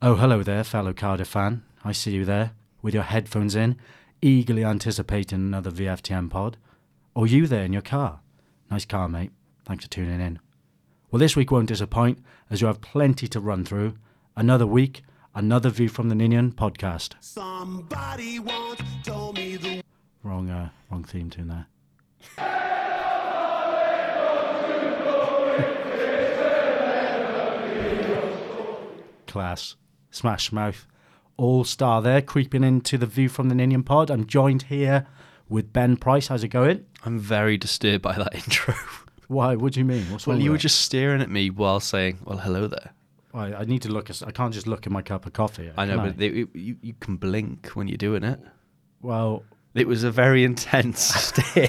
Oh, hello there, fellow Cardiff fan. I see you there, with your headphones in, eagerly anticipating another VFTM pod. Or you there in your car. Nice car, mate. Thanks for tuning in. Well, this week won't disappoint, as you have plenty to run through. Another week, another View from the Ninian podcast. Somebody once told me the Wrong, uh, wrong theme tune there. Class, smash mouth, all star there creeping into the view from the Ninian pod. I'm joined here with Ben Price. How's it going? I'm very disturbed by that intro. Why? What do you mean? What's well, wrong you were with it? just staring at me while saying, "Well, hello there." I, I need to look. as- I can't just look at my cup of coffee. I know, can but they, it, you, you can blink when you're doing it. well, It was a very intense stare.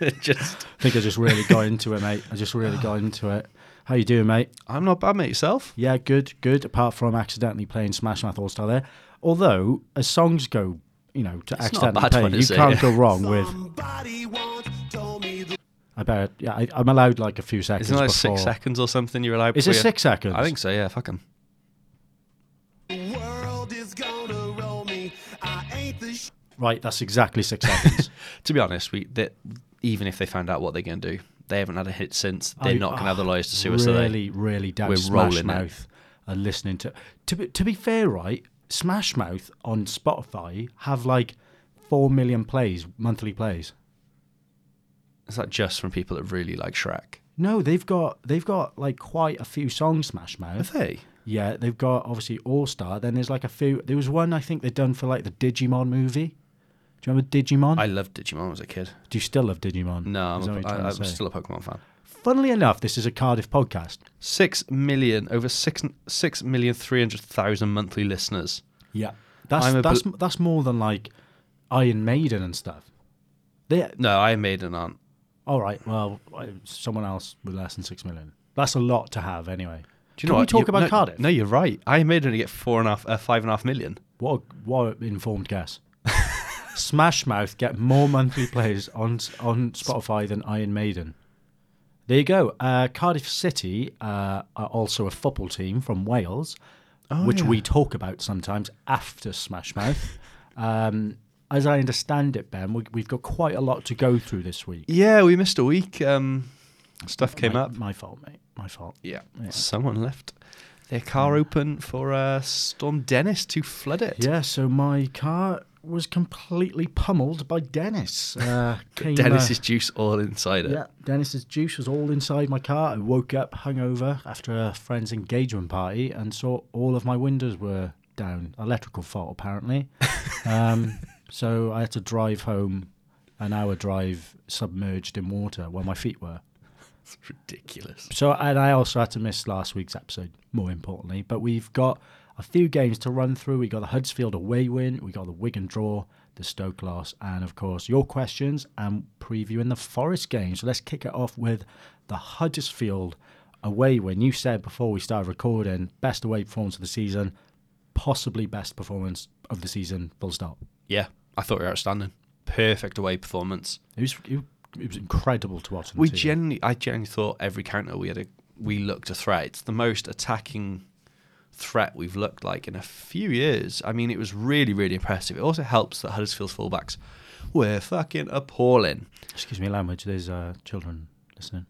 It just, I think I just really got into it, mate. I just really got into it. How you doing, mate? I'm not bad, mate. Yourself? Yeah, good, good. Apart from accidentally playing Smash Mouth All Star there, although as songs go, you know, to not a accidentally bad play, one, you is it? can't go wrong with. somebody once told me the I bet. Yeah, I, I'm allowed like a few seconds Isn't it like before. six seconds or something? You're allowed. Is it before you- six seconds? I think so. Yeah, fuck 'em. world is gonna roll me. I ain't the sh- Right, that's exactly six seconds. To be honest, we that even if they found out what they're going to do, they haven't had a hit since. They're I- not going to have the lawyers to sue us. Are they? ah, really, really doubt We're Smash rolling it. Mouth are listening to. To be, to be fair, right, Smash Mouth on Spotify have like four million plays, monthly plays. Is that just from people that really like Shrek? No, they've got they've got like quite a few songs Smash Are Mouth. they? Yeah, they've got obviously All Star. Then there's like a few. There was one I think they'd done for like the Digimon movie. Do you remember Digimon? I loved Digimon when I was a kid. Do you still love Digimon? No, Is I'm, that what a, you're I, trying to say? I'm still a Pokemon fan. Funnily enough, this is a Cardiff podcast. Six million, over six six million three hundred thousand monthly listeners. Yeah, that's I'm a that's that's more than like Iron Maiden and stuff. They No, I made an aunt. all right. Well, I- someone else with less than six million. That's a lot to have anyway. Do Can you know we what? talk You- about no, Cardiff? No, you're right. I made only get four and a half, uh, five and a half million. What a, what an informed guess. Smash Mouth get more monthly plays on on Spotify than Iron Maiden. There you go. Uh, Cardiff City uh, are also a football team from Wales, Oh, which we talk about sometimes after Smash Mouth. um, as I understand it, Ben, we, we've got quite a lot to go through this week. Yeah, we missed a week. Um, stuff came my, up. My fault, mate. My fault. Yeah. someone left their car open for uh, Storm Dennis to flood it. Yeah, so my car was completely pummeled by Dennis. Uh, came, uh, Dennis's juice all inside it. Yeah, Dennis's juice was all inside my car. I woke up hungover after a friend's engagement party and saw all of my windows were down. Electrical fault, apparently. um, so I had to drive home an hour drive submerged in water where my feet were. It's ridiculous. So, and I also had to miss last week's episode, more importantly. But we've got a few games to run through. We got the Huddersfield away win, we got the Wigan draw, the Stoke loss, and of course your questions and previewing the Forest game. So let's kick it off with the Huddersfield away win. You said before we started recording, best away performance of the season, possibly best performance of the season. Full stop. Yeah, I thought we were outstanding. Perfect away performance. It was it, it was incredible to watch. on We TV. genuinely, I genuinely thought every counter we had, a, we looked a threat. It's the most attacking threat we've looked like in a few years. I mean, it was really, really impressive. It also helps that Huddersfield's fullbacks were fucking appalling. Excuse me, language. There's uh, children listening.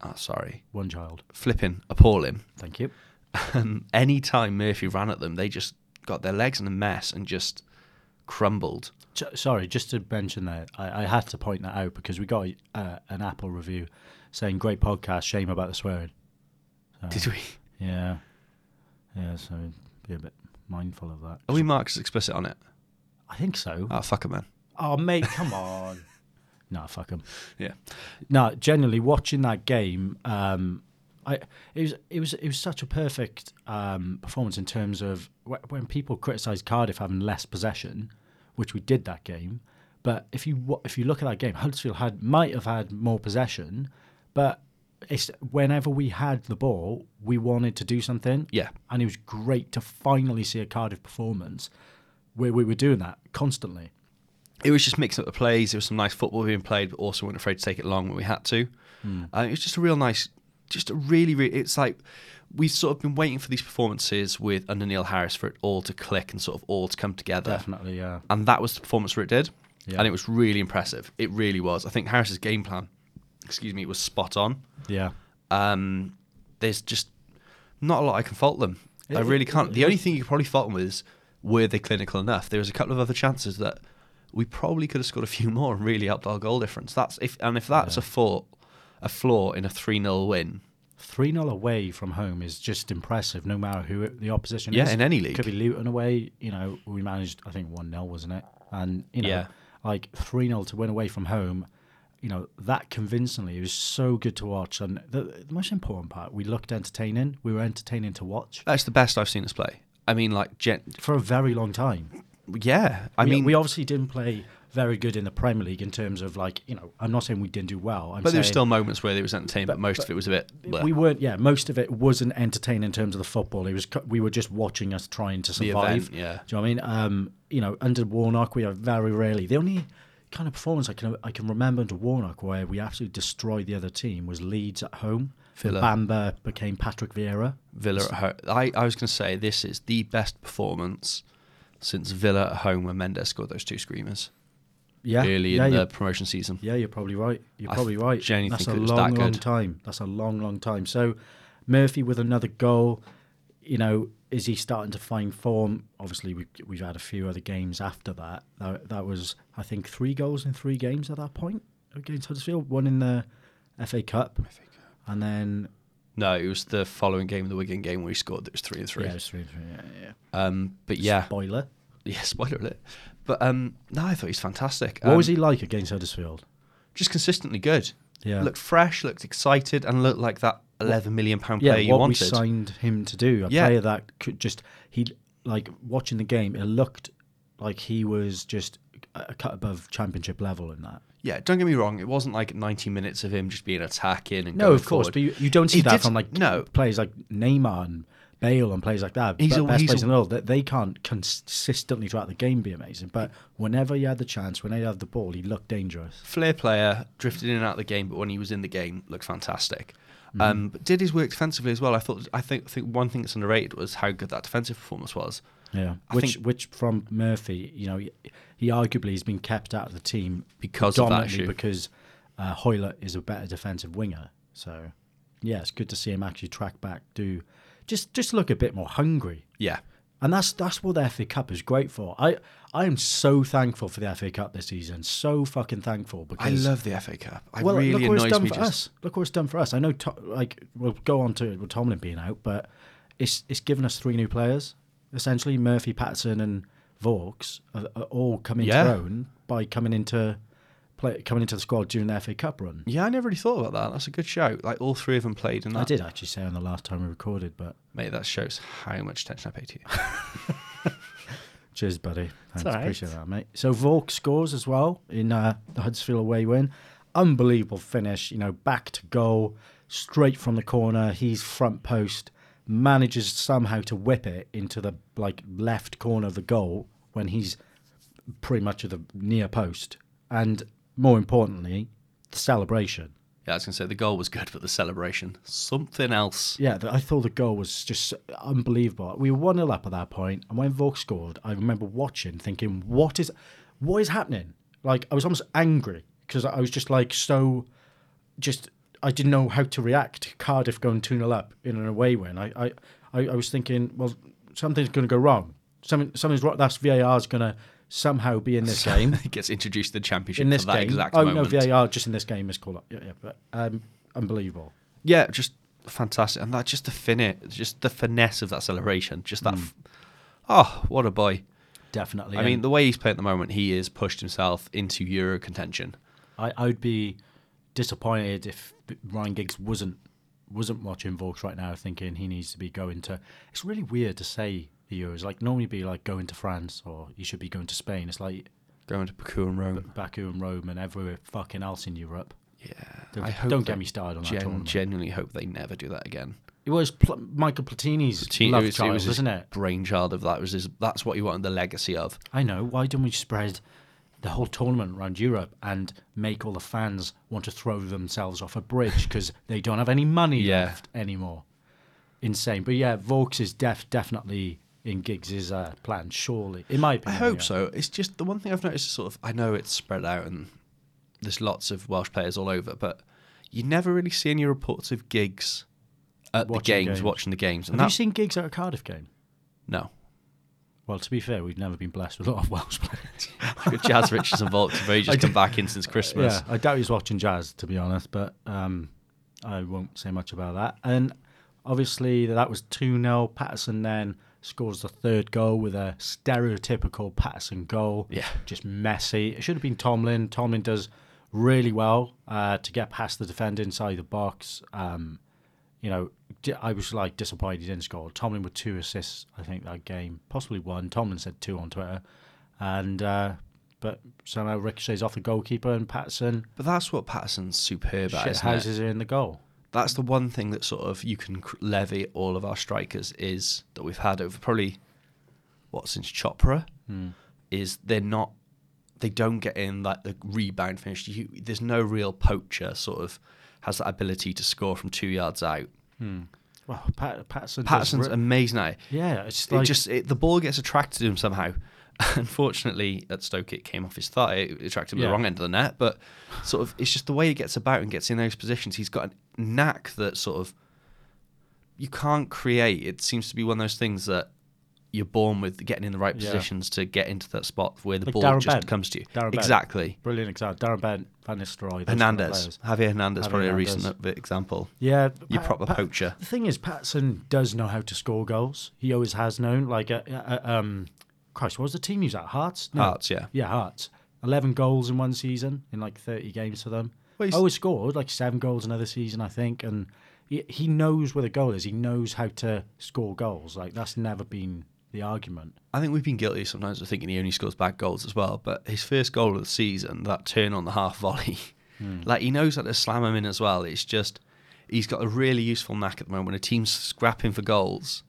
Ah, sorry, One child. flipping appalling. Thank you. Um, Any time Murphy ran at them, they just got their legs in a mess and just crumbled. J- Sorry, just to mention that, I, I had to point that out because we got uh, an Apple review saying, great podcast, shame about the swearing. Did we? Yeah. Yeah, so be a bit mindful of that. Are we marked as explicit on it? I think so. Ah, fuck it, man. Oh, mate, come on. nah, fuck 'em. Yeah. No, generally watching that game, um, I it was it was it was such a perfect um, performance in terms of wh- when people criticised Cardiff having less possession, which we did that game. But if you wa- if you look at that game, Huddersfield had might have had more possession, but it's whenever we had the ball, we wanted to do something. Yeah. and it was great to finally see a Cardiff performance where we were doing that constantly. it was just mixing up the plays. There was some nice football being played, but also weren't Hmm. afraid to take it long when we had to. Uh, it was just a real nice, just a really, really. It's like we've sort of been waiting for these performances with under Neil Harris for it all to click and sort of all to come together. Definitely, yeah. And that was the performance where it did. Yeah. And it was really impressive. It really was. I think Harris's game plan, excuse me, was spot on. Yeah. Um, there's just not a lot I can fault them. I It- really it- can't. The it- only thing you could probably fault them with is were they clinical enough? There was a couple of other chances that we probably could have scored a few more and really upped our goal difference. That's if and if that's a fault, a flaw in a three 0 win. 3 0 away from home is just impressive, no matter who it- the opposition Yeah, is. in any league. Could be Luton away. You know, we managed, I think, 1 0, wasn't it? And, you know, Yeah. like 3 0 to win away from home, you know, that convincingly was so good to watch. And the, the most important part, we looked entertaining. We were entertaining to watch That's the best I've seen us play. I mean, like, gen- for a very long time. yeah. I We- mean, we obviously didn't play very good in the Premier League in terms of, like, you know, I'm not saying we didn't do well. I'm but there were saying- still moments where there was entertainment. But, most of it was a bit. bleh. we weren't. Yeah, most of it wasn't entertaining in terms of the football. It was cu- we were just watching us trying to survive. event, yeah. Do you know what I mean? Um, you know, under Warnock, we are very rarely the only kind of performance I can I can remember under Warnock where we absolutely destroyed the other team was Leeds at home. Villa. Bamba became Patrick Vieira. Villa at home. I, I was going to say this is the best performance since Villa at home when Mendes scored those two screamers Yeah, early yeah, in you're, the promotion season. yeah, you're probably right. You're I probably th- right. genuinely That's think a it was that long, long good. time. That's a long, long time. So Murphy with another goal. You know, is he starting to find form? Obviously, we, we've had a few other games after that. that. That was, I think, three goals in three games at that point against Huddersfield. One in the FA Cup, and then No, it was the following game, the Wigan game, where he scored. It was three and three. yeah, it was three, three. Yeah, yeah. Um, but yeah, Spoiler. yeah, spoiler alert. But um, no, I thought he was fantastic. What Um, was he like against Huddersfield? Just consistently good. Yeah. looked fresh, looked excited, and looked like that eleven million pound yeah, player you what wanted. we signed him to do. A Yeah. player that could just he like watching the game. It looked like he was just a a cut above championship level in that. Yeah, don't get me wrong. It wasn't like 90 minutes of him just being attacking and No, going of course, forward. but you, you don't see He that did- from like no. players like Neymar and Bale and players like that. He's He's a- best he's players a- in the world that they can't consistently throughout the game be amazing. But whenever he had the chance, when he had the ball, he looked dangerous. flair player, drifted in and out of the game, but when he was in the game, looked fantastic. Mm-hmm. Um, but did his work defensively as well. I thought. I think. I think one thing that's underrated was how good that defensive performance was. Yeah, I which think- which from Murphy, you know, he, he arguably has been kept out of the team Because of that predominantly issue. because uh, Hoyler is a better defensive winger. So, yeah, it's good to see him actually track back, do just just look a bit more hungry, Yeah, and that's that's what the FA Cup is great for. I I am so thankful for the FA Cup this season, so fucking thankful I because love the FA Cup. I well, really look what it's annoys done me. for just, us. Look what it's done for us. I know, to, like, we'll go on to it with Tomlin being out, but it's it's given us three new players. Essentially, Murphy, Patterson, and Vaux are, are all coming Yeah. to their own by coming into play, coming into the squad during the FA Cup run. Yeah, I never really thought about that. That's a good show. Like all three of them played, and that, I did actually say on the last time we recorded, but mate. That shows how much attention I pay to you. cheers, buddy. Thanks, all right. appreciate that, mate. So Vaux scores as well in uh, the Huddersfield away win. Unbelievable finish, you know, back to goal, straight from the corner. He's front post, manages somehow to whip it into the like left corner of the goal when he's pretty much at the near post. And more importantly, the celebration. yeah, I was gonna say the goal was good, but the celebration, something else. Yeah, th- I thought the goal was just unbelievable. We were one 0 up at that point, and when Vaux scored, I remember watching, thinking, "What is, what is happening?" Like I was almost angry because I was just like so, just I didn't know how to react. to Cardiff going two 0 up in an away win. I, I, I, I was thinking, well, something's going to go wrong. Something, something's wrong. That's VAR's going to somehow be in this game It gets introduced to the championship in this for that game. exact oh moment. no, VAR just in this game is called up. Yeah, yeah, but um, unbelievable. yeah, just fantastic, and that just the finish, just the finesse of that celebration, just Hmm. that. F- oh, what a boy! Definitely. I mean, the way he's playing at the moment, he is pushed himself into Euro contention. I, I would be disappointed if Ryan Giggs wasn't wasn't watching Vaux right now, thinking he needs to be going to. It's really weird to say the Euros. Like normally, be like going to France or you should be going to Spain. It's like Going to Baku and Rome. Baku and Rome and everywhere fucking else in Europe. Yeah, Don't, I hope don't get they me started on that gen- tournament. Genuinely hope they never do that again. it was Pl- Michael Platini's Gee, love it was, child, it was his wasn't it? Brainchild of that It was his, that's what he wanted the legacy of. I know. Why don't we spread the whole tournament around Europe and make all the fans want to throw themselves off a bridge because they don't have any money Yeah. left anymore? insane. But yeah, Vaux is def definitely in Giggs' uh, plan, surely. In my I opinion. hope yeah. so. It's just the one thing I've noticed is sort of I know it's spread out and there's lots of Welsh players all over, but you never really see any reports of gigs at Watching the games, games. watching the games. Have And you that, seen Giggs at a Cardiff game? no. Well, to be fair, we've never been blessed with a lot of Welsh players. Good Jazz Richards and Volks have really just come back in since Christmas. Yeah, I doubt he's watching jazz, to be honest, but um, I won't say much about that. And obviously, that was 2 0. Patterson then scores the third goal with a stereotypical Patterson goal. Yeah. Just messy. It should have been Tomlin. Tomlin does really well uh, to get past the defender inside the box. Um, you know, di- I was like disappointed he didn't score. Tomlin with two assists, I think, that game, possibly one. Tomlin said two on Twitter. And, uh, but somehow ricochets off the goalkeeper and Patterson But that's what Patterson's superb at. shit isn't it? houses are in the goal. that's the one thing that sort of you can cr- levy all of our strikers is that we've had over probably what since Chopra is they're not they don't get in like the rebound finish. You, there's no real poacher sort of has that ability to score from two yards out. Well, Pat, Patterson. does Patterson's re- amazing at it. yeah, it's it like just it, the ball gets attracted to him somehow. Unfortunately, at Stoke it came off his thigh. It attracted him to Yeah. the wrong end of the net, but sort of it's just the way he gets about and gets in those positions. He's got a knack that sort of you can't create. It seems to be one of those things that you're born with getting in the right Yeah. positions to get into that spot where the Like ball Darren just Bent. comes to you. Darren Bent. exactly. brilliant example. Darren Bent, Van Nistelrooy, those kind of Hernandez, players. Javier Hernandez, Javier probably Hernandez. a recent example. Yeah, Your Pat- proper Pat- poacher. The thing is, Patterson does know how to score goals. He always has known. Like, uh, uh, um, Christ, what was the team he was at? Hearts. No. Hearts, yeah. Yeah, Hearts. Eleven goals in one season in like thirty games for them. Well, he's- always scored like seven goals another season, I think, and he, he knows where the goal is. He knows how to score goals. Like that's never been the argument. I think we've been guilty sometimes of thinking he only scores bad goals as well. But his first goal of the season, that turn on the half volley, Hmm. like he knows how to slam him in as well. It's just he's got a really useful knack at the moment. When a team's scrapping for goals,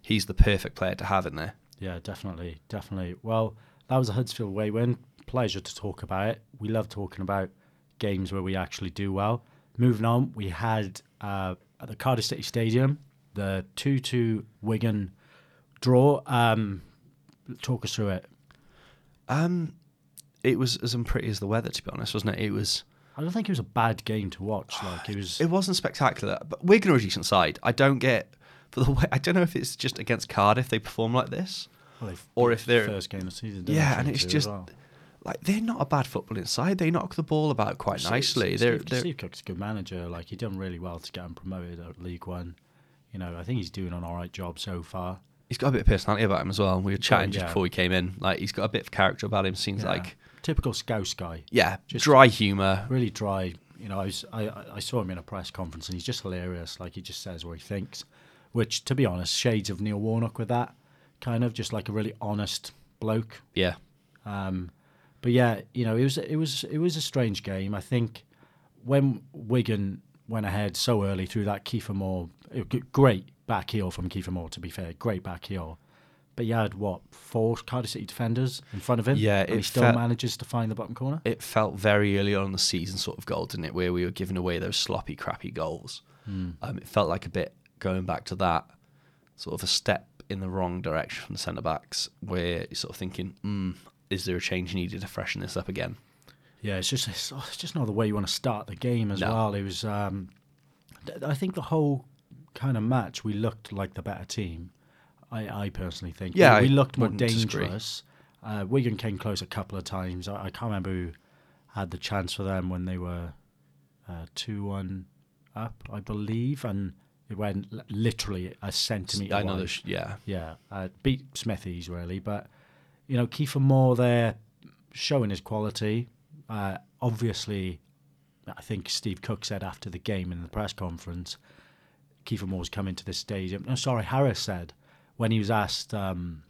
he's the perfect player to have in there. Yeah, definitely, definitely. Well, that was a Huddersfield way win. Pleasure to talk about it. We love talking about games where we actually do well. Moving on, we had uh, at the Cardiff City Stadium the two-two Wigan draw. Um, talk us through it. Um, it was as unpretty as the weather, to be honest, wasn't it? It was. I don't think it was a bad game to watch. Like it was. Ah, It wasn't spectacular, but Wigan are a decent side. I don't get for the way. I don't know if it's just against Cardiff they perform like this. well, they've or beat if they're- the first game of the season. didn't Yeah, they, and it's 2-2 as just well. like they're not a bad footballing side. They knock the ball about quite Steve- nicely. Steve, they're, Steve, they're Cook's a good manager. Like he done really well to get him promoted at League One. You know, I think he's doing an all right job so far. he's got a bit of personality about him as well. We were chatting just yeah. before we came in. Like he's got a bit of character about him. Seems Yeah. like typical Scouse guy, yeah, Just- dry humour. really dry. You know, I, was, I I- I saw him in a press conference and he's just hilarious. Like he just says what he thinks, which to be honest, shades of Neil Warnock with that kind of just like a really honest bloke. Yeah, Um, but yeah, you know, it was it was it was a strange game. I think when Wigan went ahead so early through that Kiefer Moore, it, g- great back heel from Kiefer Moore. To be fair, great back heel. But you had what four Cardiff City defenders in front of him. Yeah, and he it still felt- manages to find the bottom corner. it felt very early on in the season sort of goal, didn't it? Where we were giving away those sloppy, crappy goals. Hmm. Um, it felt like a bit going back to that sort of a step in the wrong direction from the centre backs, where you're sort of thinking, mm, is there a change needed to freshen this up again? Yeah, it's just it's, it's just not the way you want to start the game as No. well. It was, um, th- I think, the whole kind of match we looked like the better team. I, I personally think. We- Yeah, I we, looked more wouldn't disagree. dangerous. Uh, Wigan came close a couple of times. I, I can't remember who had the chance for them when they were uh, two one up, I believe, and it went li- literally a centimeter. I know, wide. there's- yeah, Yeah, uh, beat Smithies really, but you know Kiefer Moore there showing his quality. Uh, obviously, I think Steve Cook said after the game in the press conference, Kiefer Moore's coming to this stadium. No, sorry, Harris said when he was asked, um,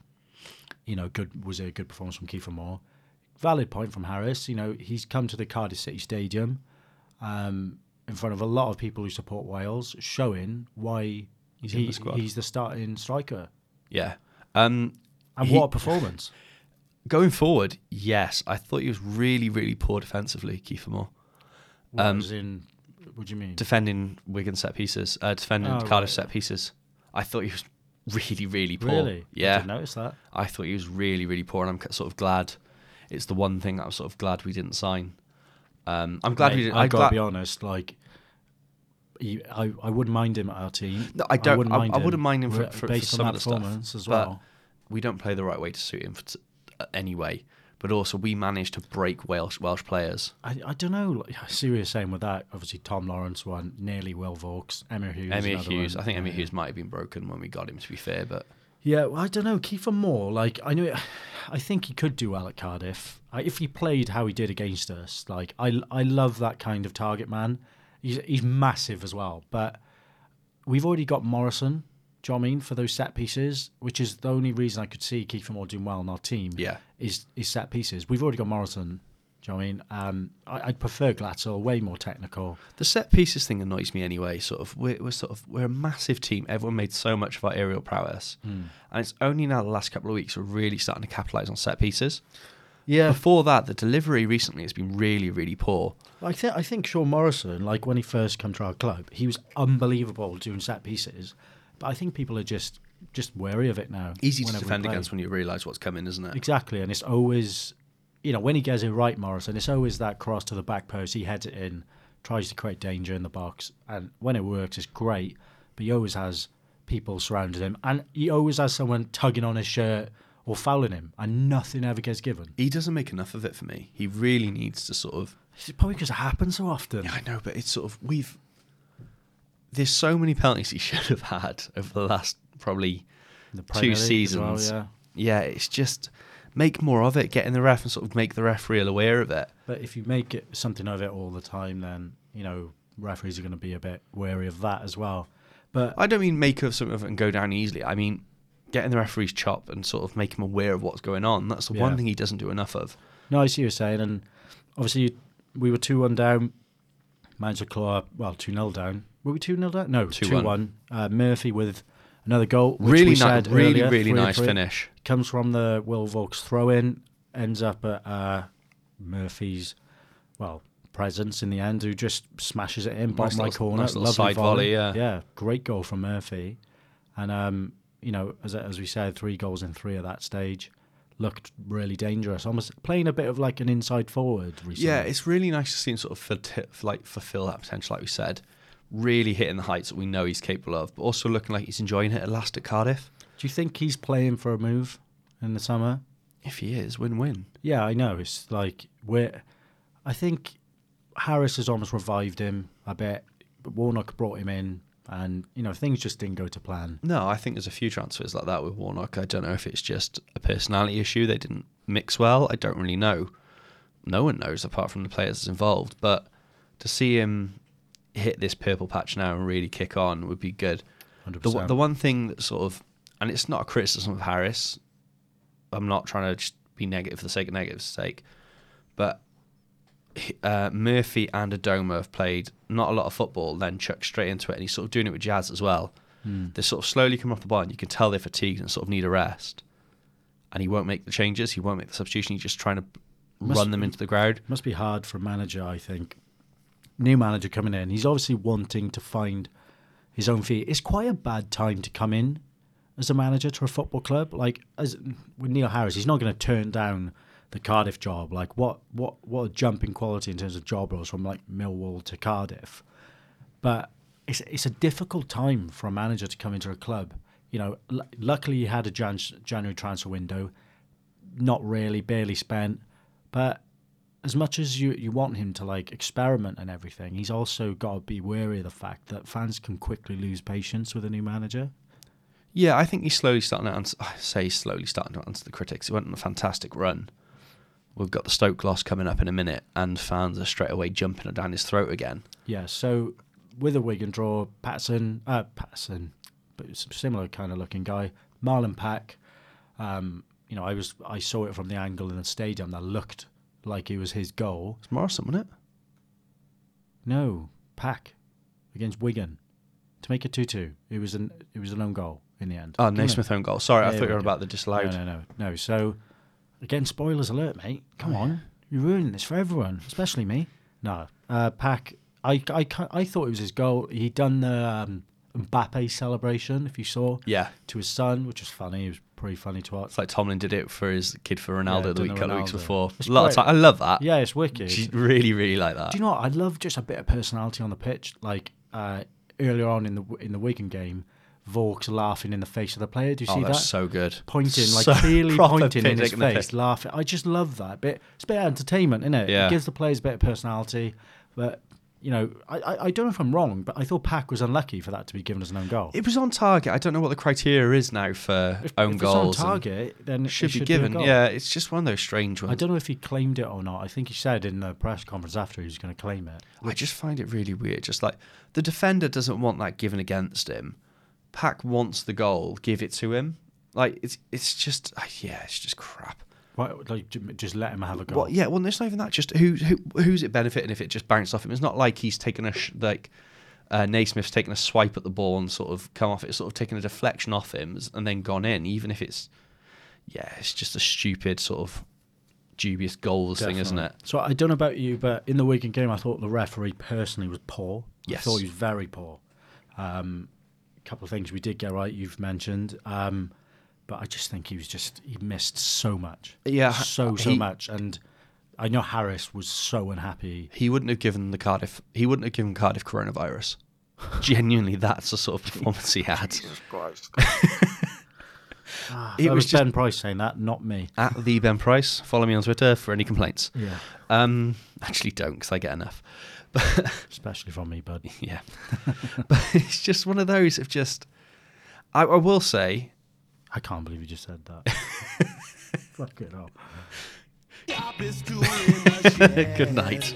you know, good was it a good performance from Kiefer Moore? Valid point from Harris. You know, he's come to the Cardiff City Stadium um, in front of a lot of people who support Wales, showing why he's, in the squad. he's the starting striker. yeah. Um, And He- what a performance! going forward, yes, I thought he was really, really poor defensively, Kiefer Moore. Um, What, as in, what do you mean? defending Wigan set pieces, uh, defending Oh, right. Cardiff set pieces. I thought he was really, really poor. Really? I Yeah. didn't notice that. I thought he was really, really poor, and I'm ca- sort of glad. It's the one thing that I'm sort of glad we didn't sign. Um, I'm glad Mate, we didn't. I've I'm got glad, to be honest. Like, he, I, I wouldn't mind him at our team. No, I don't. wouldn't I, mind I wouldn't mind him for, re- for, for based some on of that the stuff, performance as but well. we don't play the right way to suit him for t- uh, anyway. But also, we managed to break Welsh Welsh players. I, I don't know. Like, I see what you're saying with that. Obviously, Tom Lawrence one, nearly Will Vaux, Emma Hughes. Emmy another Hughes. one. I think Emmy Yeah. Hughes might have been broken when we got him. To be fair, but Yeah, well, I don't know. Kiefer Moore, like I know, I think he could do well at Cardiff I, if he played how he did against us. Like I, I love that kind of target man. He's he's massive as well, but we've already got Morrison. Do you know what I mean for those set pieces, which is the only reason I could see Kiefer Moore doing well in our team. Yeah. is is set pieces. We've already got Morrison. Do you know what I mean? Um, I, I'd prefer Glatzel, way more technical. The set pieces thing annoys me anyway. Sort of, we're, we're sort of we're a massive team. Everyone made so much of our aerial prowess, and it's only now the last couple of weeks we're really starting to capitalize on set pieces. Yeah, Before that, the delivery recently has been really, really poor. I think I think Sean Morrison, like when he first came to our club, he was unbelievable doing set pieces. But I think people are just just wary of it now. Easy to whenever we defend play. against when you realise what's coming, isn't it? Exactly, and it's always, you know, when he gets it right, Morrison, it's always that cross to the back post. He heads it in, tries to create danger in the box, and when it works, it's great. But he always has people surrounding him, and he always has someone tugging on his shirt or fouling him, and nothing ever gets given. He doesn't make enough of it for me. He really needs to sort of. It's probably because it happens so often. Yeah, I know, but it's sort of we've. There's so many penalties he should have had over the last probably in the Premier two League as well, seasons. yeah. yeah. it's just make more of it, get in the ref and sort of make the ref real aware of it. But if you make it something of it all the time, then you know referees are going to be a bit wary of that as well. But I don't mean make of something of it and go down easily. I mean get in the referee's chop and sort of make him aware of what's going on. That's the Yeah. one thing he doesn't do enough of. no, I see what you're saying, and obviously we were two one down. Managed to claw up, well two 0 down. Were we two 0 down? No, 2-1. two one. Uh, Murphy with another goal. Which Really we ni- said really, earlier, really three nice three. finish. Comes from the Will Volks throw in, ends up at uh, Murphy's, well presence in the end, who just smashes it in bottom right little- corner. nice little Lovely side volley, yeah. yeah, great goal from Murphy, and um, you know, as as we said, three goals in three at that stage looked really dangerous. Almost playing a bit of like an inside forward. Recently. Yeah, it's really nice to see him sort of fulti- like fulfill that potential, like we said. Really hitting the heights that we know he's capable of, but also looking like he's enjoying it at last at Cardiff. Do you think he's playing for a move in the summer? If he is, win-win. Yeah, I know. It's like we're. I think Harris has almost revived him a bit. But Warnock brought him in, and you know things just didn't go to plan. No, I think there's a few transfers like that with Warnock. I don't know if it's just a personality issue. They didn't mix well. I don't really know. No one knows apart from the players involved. But to see him hit this purple patch now and really kick on would be good. The, 100%. one- the one thing that sort of, and it's not a criticism of Harris. I'm not trying to just be negative for the sake of negative's sake. But uh, Murphy and Adoma have played not a lot of football, then chucked straight into it, and he's sort of doing it with Jazz as well. They sort of slowly come off the bar, and you can tell they're fatigued and sort of need a rest. And he won't make the changes, he won't make the substitution. He's just trying to Must- run them into the ground. Must be hard for a manager, I think. New manager coming in, he's obviously wanting to find his own feet. It's quite a bad time to come in as a manager to a football club. Like as with Neil Harris, he's not going to turn down the Cardiff job. Like what, what, what a jump in quality in terms of job roles from like Millwall to Cardiff. But it's it's a difficult time for a manager to come into a club. You know, l- luckily he had a Jan- January transfer window not really, barely spent. But as much as you, you want him to like experiment and everything, he's also got to be wary of the fact that fans can quickly lose patience with a new manager. Yeah, I think he's slowly starting to answer. I say he's slowly starting to answer the critics. He went on a fantastic run. We've got the Stoke loss coming up in a minute, and fans are straight away jumping down his throat again. Yeah. So with a Wigan draw, Patson, uh, Patson, but it's a similar kind of looking guy, Marlon Pack. Um, you know, I was I saw it from the angle in the stadium that looked like it was his goal. It's Morrison, wasn't it? No, Pack against Wigan to make it two-two. It was an it was an own goal in the end. Oh, Didn't it? Naismith own goal. Sorry, I Yeah, thought you we were do. about the disallowed. No, no, no, no. So, again, spoilers alert, mate. Oh, Come on, you're ruining this for everyone, especially me. No, uh, Pack. I, I, ca- I thought it was his goal. He done the um, Mbappe celebration, if you saw, Yeah. to his son, which was funny. It was pretty funny to watch. It's like Tomlin did it for his kid for Ronaldo Yeah, the done week, the couple of weeks Ronaldo. before. It's a lot of great. time. I love that. Yeah, it's wicked. She really, really like that. Do you know what? I love just a bit of personality on the pitch. Like uh, earlier on in the in the Wigan game, Vaux laughing in the face of the player. Do you oh, see that's that? so good. pointing, like So clearly proper pointing in piss, his taking the face, piss. laughing. I just love that bit. It's a bit of entertainment, isn't it? Yeah. It gives the players a bit of personality. But you know, I, I, I don't know if I'm wrong, but I thought Pack was unlucky for that to be given as an own goal. It was on target. I don't know what the criteria is now for If- own if goals. it's and on target, then it it should, be a given. goal. yeah, it's just one of those strange ones. I don't know if he claimed it or not. I think he said in the press conference after he was going to claim it. I just find it really weird. Just like the defender doesn't want that given against him. Pack wants the goal. Give it to him. Like it's it's just ah, yeah, it's just crap. Right, like j- just let him have a go. Well, yeah, well, it's not even that. Just who, who who's it benefiting if it just bounced off him? It's not like he's taken a sh- like uh, Naismith's taken a swipe at the ball and sort of come off it, sort of taken a deflection off him and then gone in. Even if it's yeah, it's just a stupid sort of dubious goals thing, isn't it? Definitely. So I don't know about you, but in the weekend game, I thought the referee personally was poor. Yes. I thought he was very poor. Um, a couple of things we did get right, you've mentioned. Um, but I just think he was just, he missed so much. Yeah, So, so he- much. And I know Harris was so unhappy. He wouldn't have given the Cardiff. He wouldn't have given Cardiff coronavirus. Genuinely, that's the sort of performance he had. It Ah. it was, was just Ben Price saying that, not me. at the Ben Price. Follow me on Twitter for any complaints. Yeah. Um, actually, don't because I get enough. But Especially from me, bud. yeah, but it's just one of those of just. I, I will say, I can't believe you just said that. Fuck it up. Stop is doing the shit. good night.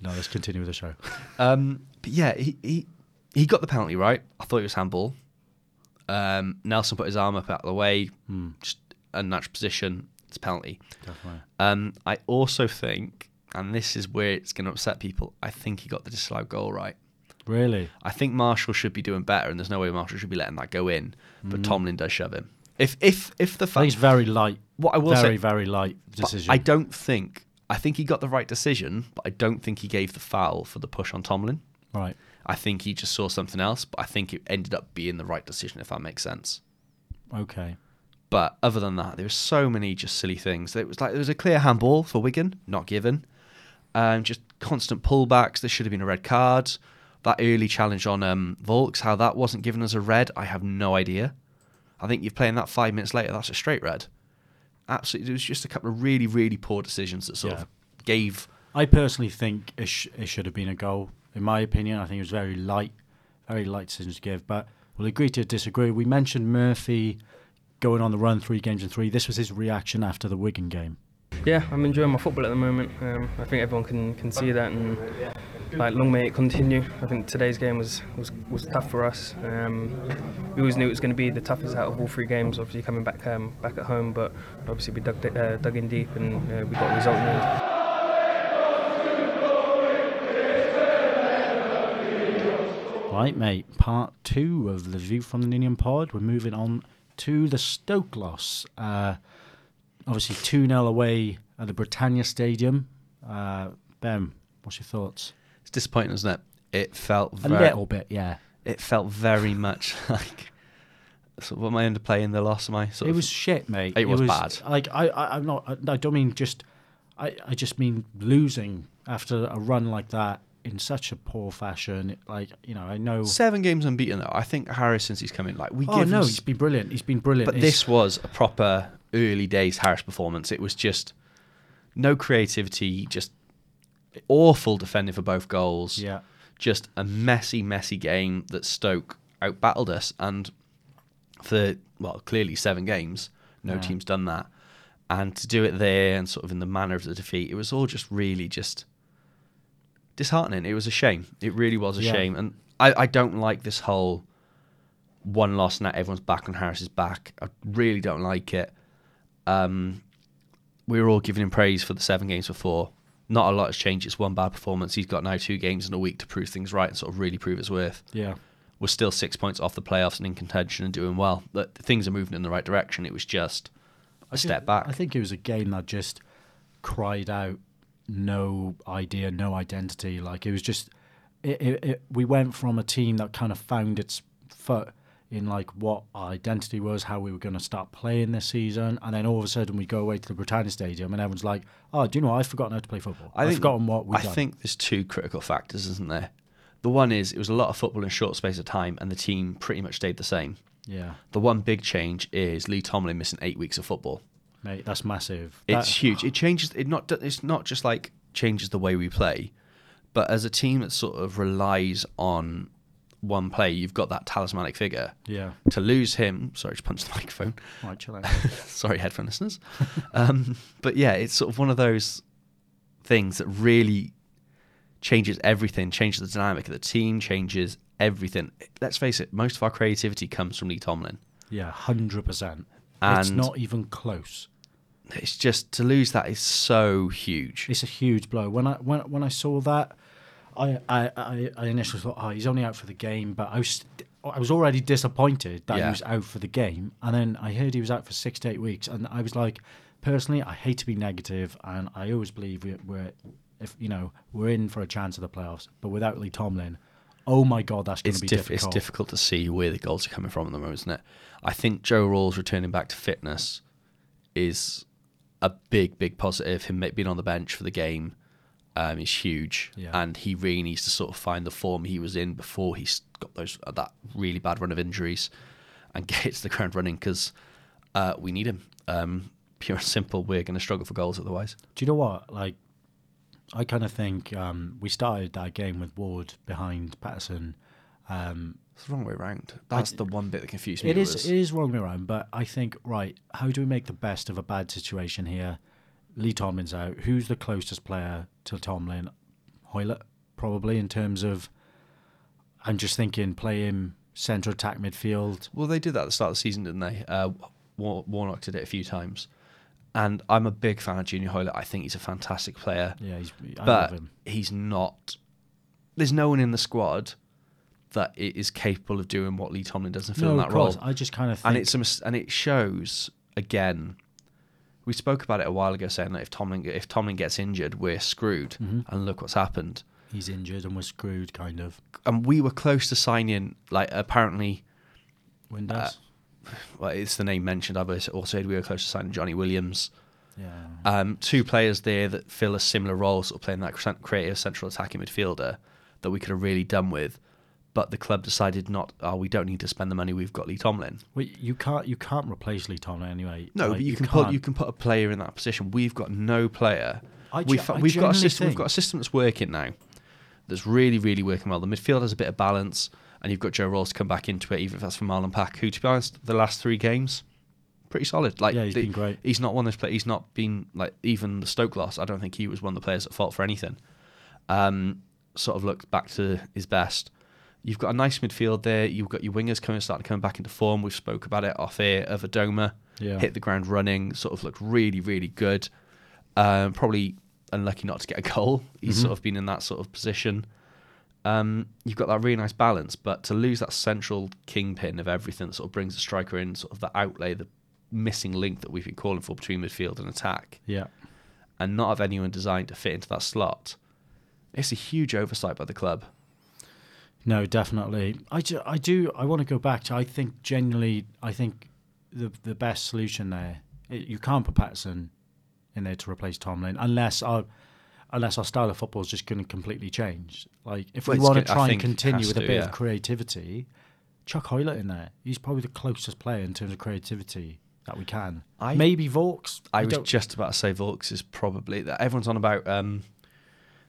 No, let's continue with the show. Um, but yeah, he, he he got the penalty right. I thought it was handball. Um, Nelson put his arm up out of the way, Hmm. just unnatural position. It's a penalty. Definitely. Um, I also think, and this is where it's going to upset people. I think he got the disallowed goal right. Really? I think Marshall should be doing better, and there's no way Marshall should be letting that go in. But Tomlin does shove him. If if if Hmm. I the think fact it's very light. What I will very, say- very light But decision. I don't think. I think he got the right decision, but I don't think he gave the foul for the push on Tomlin. right. I think he just saw something else, but I think it ended up being the right decision, if that makes sense. Okay. But other than that, there were so many just silly things. It was like there was a clear handball for Wigan, not given. Um, just constant pullbacks. There should have been a red card. That early challenge on um, Volks, how that wasn't given as a red, I have no idea. I think you're playing that five minutes later. That's a straight red. Absolutely, it was just a couple of really, really poor decisions that sort Yeah. of gave. I personally think it, sh- it should have been a goal. In my opinion, I think it was very light, very light decision to give. But we'll agree to disagree. We mentioned Murphy going on the run three games in three. This was his reaction after the Wigan game. Yeah, I'm enjoying my football at the moment. Um, I think everyone can, can see that, and like long may it continue. I think today's game was was, was tough for us. Um, we always knew it was going to be the toughest out of all three games. Obviously coming back um, back at home, but obviously we dug di- uh, dug in deep and uh, we got a result in the end. Right, mate. Part two of the view from the Ninian pod. We're moving on to the Stoke loss. Uh, obviously, 2 0 away at the Britannia Stadium. Uh, ben, what's your thoughts? It's disappointing, isn't it? It felt A very, little bit, yeah. it felt very much like sort of, what am I underplaying the loss? Am I sort It of was shit, mate. It was bad. Like I, I, I'm not. I, I don't mean just. I, I just mean losing after a run like that in such a poor fashion. Like you know, I know. seven games unbeaten though. I think Harris since he's come in, like we Oh give no, him, he's s- been brilliant. He's been brilliant. but It's- this was a proper early days Harris performance. It was just no creativity, just awful defending for both goals. Yeah. just a messy, messy game that Stoke outbattled us, and for well, clearly seven games, no Yeah. team's done that, and to do it there and sort of in the manner of the defeat, it was all just really just disheartening. It was a shame. It really was a Yeah. shame, and I, I don't like this whole one loss now everyone's back on Harris's back. I really don't like it. Um, we were all giving him praise for the seven games before. Not a lot has changed. It's one bad performance. He's got now two games in a week to prove things right and sort of really prove his worth. Yeah. We're still six points off the playoffs and in contention and doing well. But things are moving in the right direction. It was just a step back. I think it was a game that just cried out no idea, no identity. Like it was just it, it, it, we went from a team that kind of found its foot in like what our identity was, how we were going to start playing this season, and then all of a sudden we go away to the Britannia Stadium and everyone's like, "Oh, do you know what? I've forgotten how to play football. I I have think, forgotten what we." I think there's two critical factors, isn't there? The one is it was a lot of football in a short space of time, and the team pretty much stayed the same. yeah, The one big change is Lee Tomlin missing eight weeks of football. mate, that's massive. It's That- huge. It changes. It not. It's not just like changes the way we play, but as a team that sort of relies on one play, you've got that talismanic figure. yeah. To lose him, sorry, just punched the microphone. Right, chill out. sorry, headphone listeners. um, but yeah, it's sort of one of those things that really changes everything, changes the dynamic of the team, changes everything. Let's face it, most of our creativity comes from Lee Tomlin. yeah, hundred percent. It's And- not even close. It's just to lose that is so huge. It's a huge blow. When I when when I saw that, I I, I, I initially thought, oh, he's only out for the game, but I was I was already disappointed that he Yeah. was out for the game, and then I heard he was out for six to eight weeks, and I was like, personally, I hate to be negative, and I always believe we're, we're if you know we're in for a chance of the playoffs, but without Lee Tomlin, oh my god, that's going It's, to be diff- it's difficult. difficult to see where the goals are coming from at the moment, isn't it? I think Joe Rawls returning back to fitness is a big, big positive. Him being on the bench for the game um, is huge, Yeah. and he really needs to sort of find the form he was in before he s- got those uh, that really bad run of injuries and gets the ground running because uh, we need him. Um, pure and simple, we're going to struggle for goals otherwise. Do you know what? Like, I kind of think um, we started that game with Ward behind Patterson. Um, It's the wrong way around. That's the one bit that confused me. it is was- it is wrong way around, but I think right. How do we make the best of a bad situation here? Lee Tomlin's out. Who's the closest player to Tomlin? Hoylett, probably in terms of. I'm just thinking, play him centre attack midfield. Well, they did that at the start of the season, didn't they? Uh, War- Warnock did it a few times. And I'm a big fan of Junior Hoylett. I think he's a fantastic player. Yeah, he's, I love but him. he's not. There's no one in the squad that i- is capable of doing what Lee Tomlin does and filling No, of that role. course. I just kind of think. and it's a mis- and it shows again. We spoke about it a while ago, saying that if Tomlin if Tomlin gets injured, we're screwed. Mm-hmm. And look what's happened he's injured and we're screwed, kind of. and we were close to signing like apparently Windows. Uh, well it's the name mentioned i've also said we were close to signing johnny williams yeah. um, two players there that fill a similar role sort of playing that cre- creative central attacking midfielder that we could have really done with but the club decided not oh we don't need to spend the money we've got lee tomlin Well, you can't you can't replace Lee Tomlin anyway. no Like, but you, can can't. put you can put a player in that position we've got no player I ge- we've, fo- I we've got a genuinely system we've think- got a system that's working now that's really really working well the midfield has a bit of balance and you've got joe rolls to come back into it even if that's for marlon pack who to be honest the last three games pretty solid like Yeah, he's the- been great. he's not one of those players. He's not been like even the Stoke loss. I don't think he was one of the players at fault for anything. Um, sort of looked back to his best. You've got a nice midfield there. You've got your wingers coming starting to come back into form. We've spoke about it off air of Adoma. Yeah. Hit the ground running. Sort of looked really really good. Um, probably unlucky not to get a goal. He's sort of been in that sort of position. Um, you've got that really nice balance, but to lose that central kingpin of everything that sort of brings the striker in, sort of the outlay, the missing link that we've been calling for between midfield and attack, Yeah. and not have anyone designed to fit into that slot, it's a huge oversight by the club. No, definitely. I, ju- I do. I want to go back to. I think genuinely. I think the the best solution there. It, you can't put Patterson in there to replace Tomlin unless our unless our style of football is just going to completely change. Like if Well, we it's want to gonna- I try and think it continue has with a to, bit yeah. of creativity, Chuck Hoylett in there. He's probably the closest player in terms of creativity that we can. I- Maybe Vaux. I was don't- just about to say Volks is probably that everyone's on about. Um,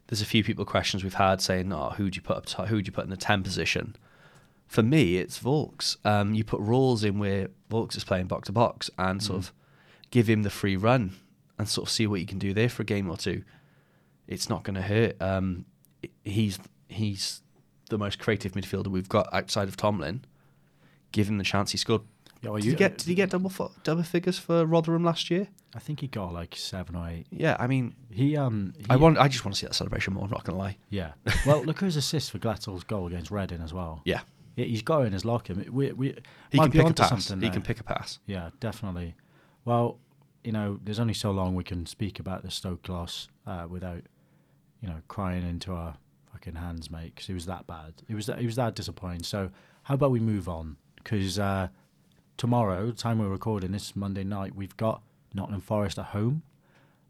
there's a few people questions we've had saying, "Oh, who'd you put up? To, who'd you put in the ten position?" For me, it's Volks. Um, you put Rawls in where Volks is playing box to box and Mm. sort of give him the free run and sort of see what you can do there for a game or two. It's not going to hurt. Um, i- he's he's the most creative midfielder we've got outside of Tomlin. Give him the chance. He scored. Yeah, well, did you- he get? Did he get double fo- double figures for Rotherham last year? I think he got like seven or eight. Yeah, I mean, He um. I he- want. I just want to see that celebration more. I'm not gonna lie. Yeah. Well, look at his assist for Glatzel's goal against Reading as well. Yeah, Yeah, he's got it in his locker. We, we he might can be pick a onto pass. something He there. can pick a pass. Yeah, definitely. Well, you know, there's only so long we can speak about the Stoke loss uh, without, you know, crying into our fucking hands, mate, because it was that bad. It was that, it was that disappointing. So how about we move on? Because uh, tomorrow, the time we're recording this Monday night, we've got Nottingham Forest at home.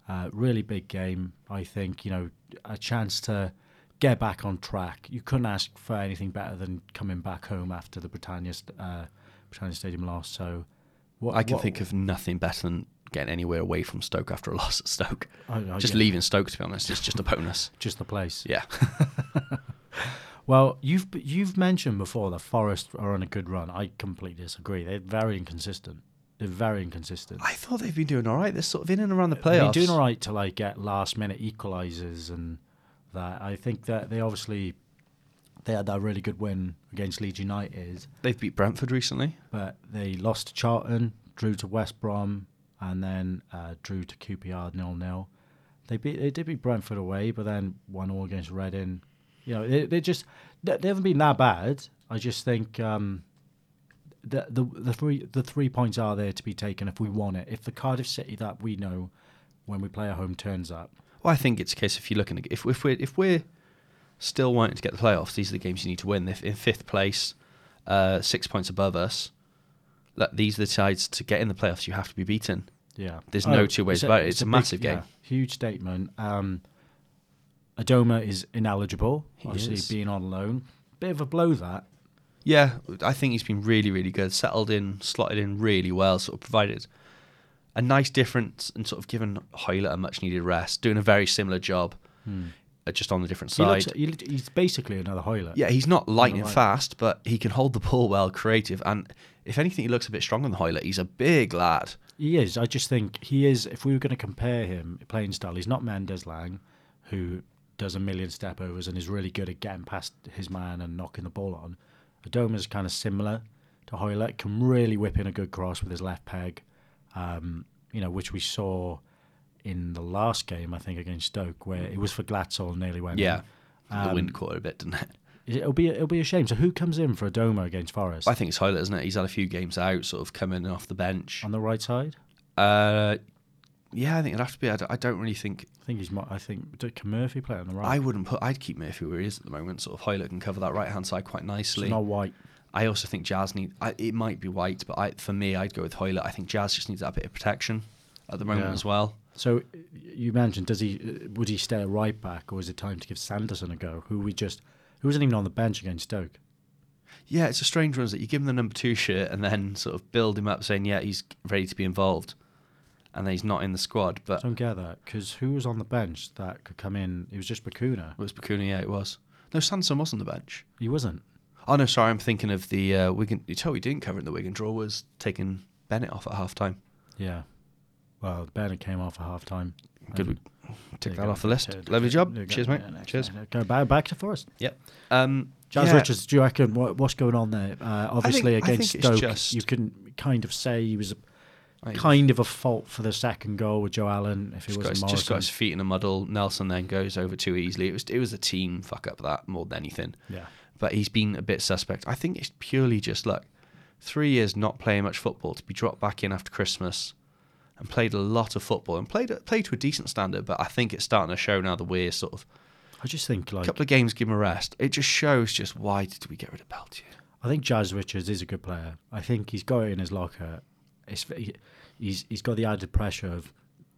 Uh, really big game, I think. You know, a chance to get back on track. You couldn't ask for anything better than coming back home after the Britannia st- uh, Britannia Stadium loss. So, what I can what- think of nothing better than getting anywhere away from Stoke after a loss at Stoke. I- I- just yeah, leaving Stoke, to be honest, is just a bonus. just the place. Yeah. Well, you've you've mentioned before that Forest are on a good run. I completely disagree. They're very inconsistent. They're very inconsistent. I thought they've been doing all right. They're sort of in and around the They're playoffs. doing all right to like get last minute equalizers and that. I think that they obviously they had that really good win against Leeds United, They've beat Brentford recently. but they lost to Charlton, drew to West Brom, and then uh, drew to QPR nil nil. They beat they did beat Brentford away, but then won all against Reading. You know, they they just they, they haven't been that bad. I just think um, the the the three the three points are there to be taken if we want it. If the Cardiff City that we know when we play at home turns up, Well, I think it's a case if you're looking to, if if we're if we're still wanting to get the playoffs, these are the games you need to win. If in fifth place, uh, six points above us, that these are the sides to get in the playoffs. You have to be beaten. Yeah. Oh, There's no two ways about it. It's a big- massive game. huge statement. Um, Adoma is ineligible, He obviously is. being on loan. Bit of a blow that. Yeah, I think he's been really, really good. Settled in, slotted in really well. Sort of provided a nice difference and sort of given Hoyler a much needed rest. Doing a very similar job, uh, just on the different Hmm. He side. looks, he, lit- he's basically another Hoyler. Yeah, he's not lightning Right. fast, but he can hold the ball well, creative, and if anything, he looks a bit stronger than Hoyler. He's a big lad. He is. I just think he is. If we were going to compare him playing style, he's not Mendes Lang, who does a million step overs and is really good at getting past his man and knocking the ball on. Adoma's kind of similar to Hoylett, can really whip in a good cross with his left peg, um, you know, which we saw in the last game, I think, against Stoke, where it was for Glatzel and nearly went. in. Yeah, um, the wind caught it a bit, didn't it? It'll be, it'll be a shame. So who comes in for Adoma against Forest? I think it's Hoyler, isn't it? He's had a few games out, sort of coming off the bench. on the right side? Uh, yeah, I think it'd have to be. I don't, I don't really think I think he's. mo- I think did- can Murphy play on the right? I wouldn't put. I'd keep Murphy where he is at the moment. Sort of Hoyler can cover that right hand side quite nicely. It's not White. I also think Jazz need. I, it might be White, but I, for me, I'd go with Hoyler. I think Jazz just needs that bit of protection at the moment Yeah. as well. So y- you mentioned does he uh, would he stay at right back or is it time to give Sanderson a go? Who we just who wasn't even on the bench against Stoke. Yeah, it's a strange one is that you give him the number two shirt and then sort of build him up, saying yeah he's ready to be involved, and then he's not in the squad. But I don't get that because who was on the bench that could come in? It was just Bakuna. it was Bakuna? Yeah, it was. No, Sanson was on the bench. He wasn't. Oh no, sorry, I'm thinking of the uh, Wigan. You tell we didn't cover in the Wigan draw was taking Bennett off at half time. Yeah. Well, Bennett came off at half time. Good, And- we tick There that you off go. the list. Cheers. Lovely job. There you go. Cheers, mate. Yeah, next- Cheers. Go back, back to Forest. Yep. Um, Jazz yeah. Richards, do you reckon what, what's going on there? Uh, obviously, I think against it's Stoke, just- you can kind of say he was a, I- kind of a fault for the second goal with Joe Allen. If it Just got, wasn't his, Morrison, just got his feet in a muddle. Nelson then goes over too easily. It was it was a team fuck up that more than anything. yeah. but he's been a bit suspect. I think it's purely just luck. Three years not playing much football to be dropped back in after Christmas, and played a lot of football and played played to a decent standard. But I think it's starting to show now that we're sort of I just think a like couple of games give him a rest. It just shows just why did we get rid of Peltier? I think Jazz Richards is a good player. I think he's got it in his locker. It's, he- he's he's got the added pressure of